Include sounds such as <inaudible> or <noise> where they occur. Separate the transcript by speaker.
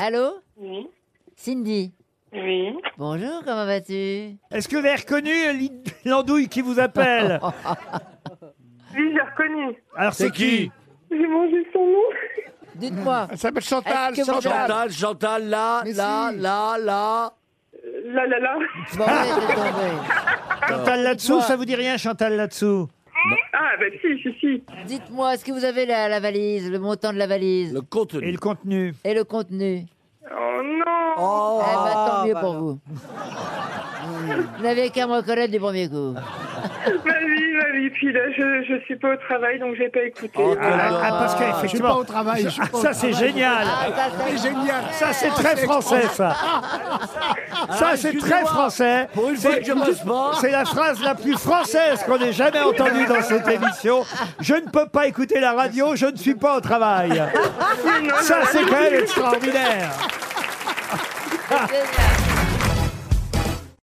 Speaker 1: Allô
Speaker 2: Oui,
Speaker 1: Cindy
Speaker 2: oui.
Speaker 1: Bonjour, comment vas-tu
Speaker 3: Est-ce que vous avez reconnu l'i- l'andouille qui vous appelle
Speaker 2: Oui, j'ai reconnu.
Speaker 3: Alors c'est qui
Speaker 2: J'ai mangé son nom.
Speaker 1: <laughs> Dites-moi.
Speaker 4: Elle s'appelle Chantal.
Speaker 1: Est-ce que vous-
Speaker 4: Chantal.
Speaker 5: Chantal, Chantal, là,
Speaker 4: Mais
Speaker 5: là,
Speaker 4: si.
Speaker 5: là, là.
Speaker 2: Là, là, là.
Speaker 1: Bon, laissez tomber.
Speaker 3: Chantal là-dessous, ça vous dit rien Chantal là-dessous
Speaker 2: Ah, bah si, si, si.
Speaker 1: Dites-moi, est-ce que vous avez la, la valise, le montant de la valise
Speaker 5: Le contenu.
Speaker 3: Et le contenu
Speaker 1: et le contenu
Speaker 2: Oh non
Speaker 5: Oh,
Speaker 1: Eh ben, tant mieux pour vous. Vous n'avez qu'à me reconnaître du premier coup.
Speaker 2: Ma vie, ma vie. Puis là, je, je suis pas au travail, donc j'ai pas écouté.
Speaker 5: Oh,
Speaker 3: Ah,
Speaker 5: dommage.
Speaker 3: ah, parce
Speaker 4: Je suis pas
Speaker 3: qu'effectivement,
Speaker 4: au travail. je suis pas au
Speaker 3: ça c'est génial
Speaker 1: Ah, ça, c'est
Speaker 4: Génial.
Speaker 3: Ça c'est très français ça Ça c'est très
Speaker 5: excusez-moi.
Speaker 3: français
Speaker 5: Pour une
Speaker 3: C'est-
Speaker 5: fois que je bosse pas.
Speaker 3: C'est la phrase la plus française qu'on ait jamais entendue dans cette émission. Je ne peux pas écouter la radio, je ne suis pas au travail. Ça c'est quand même extraordinaire
Speaker 1: génial.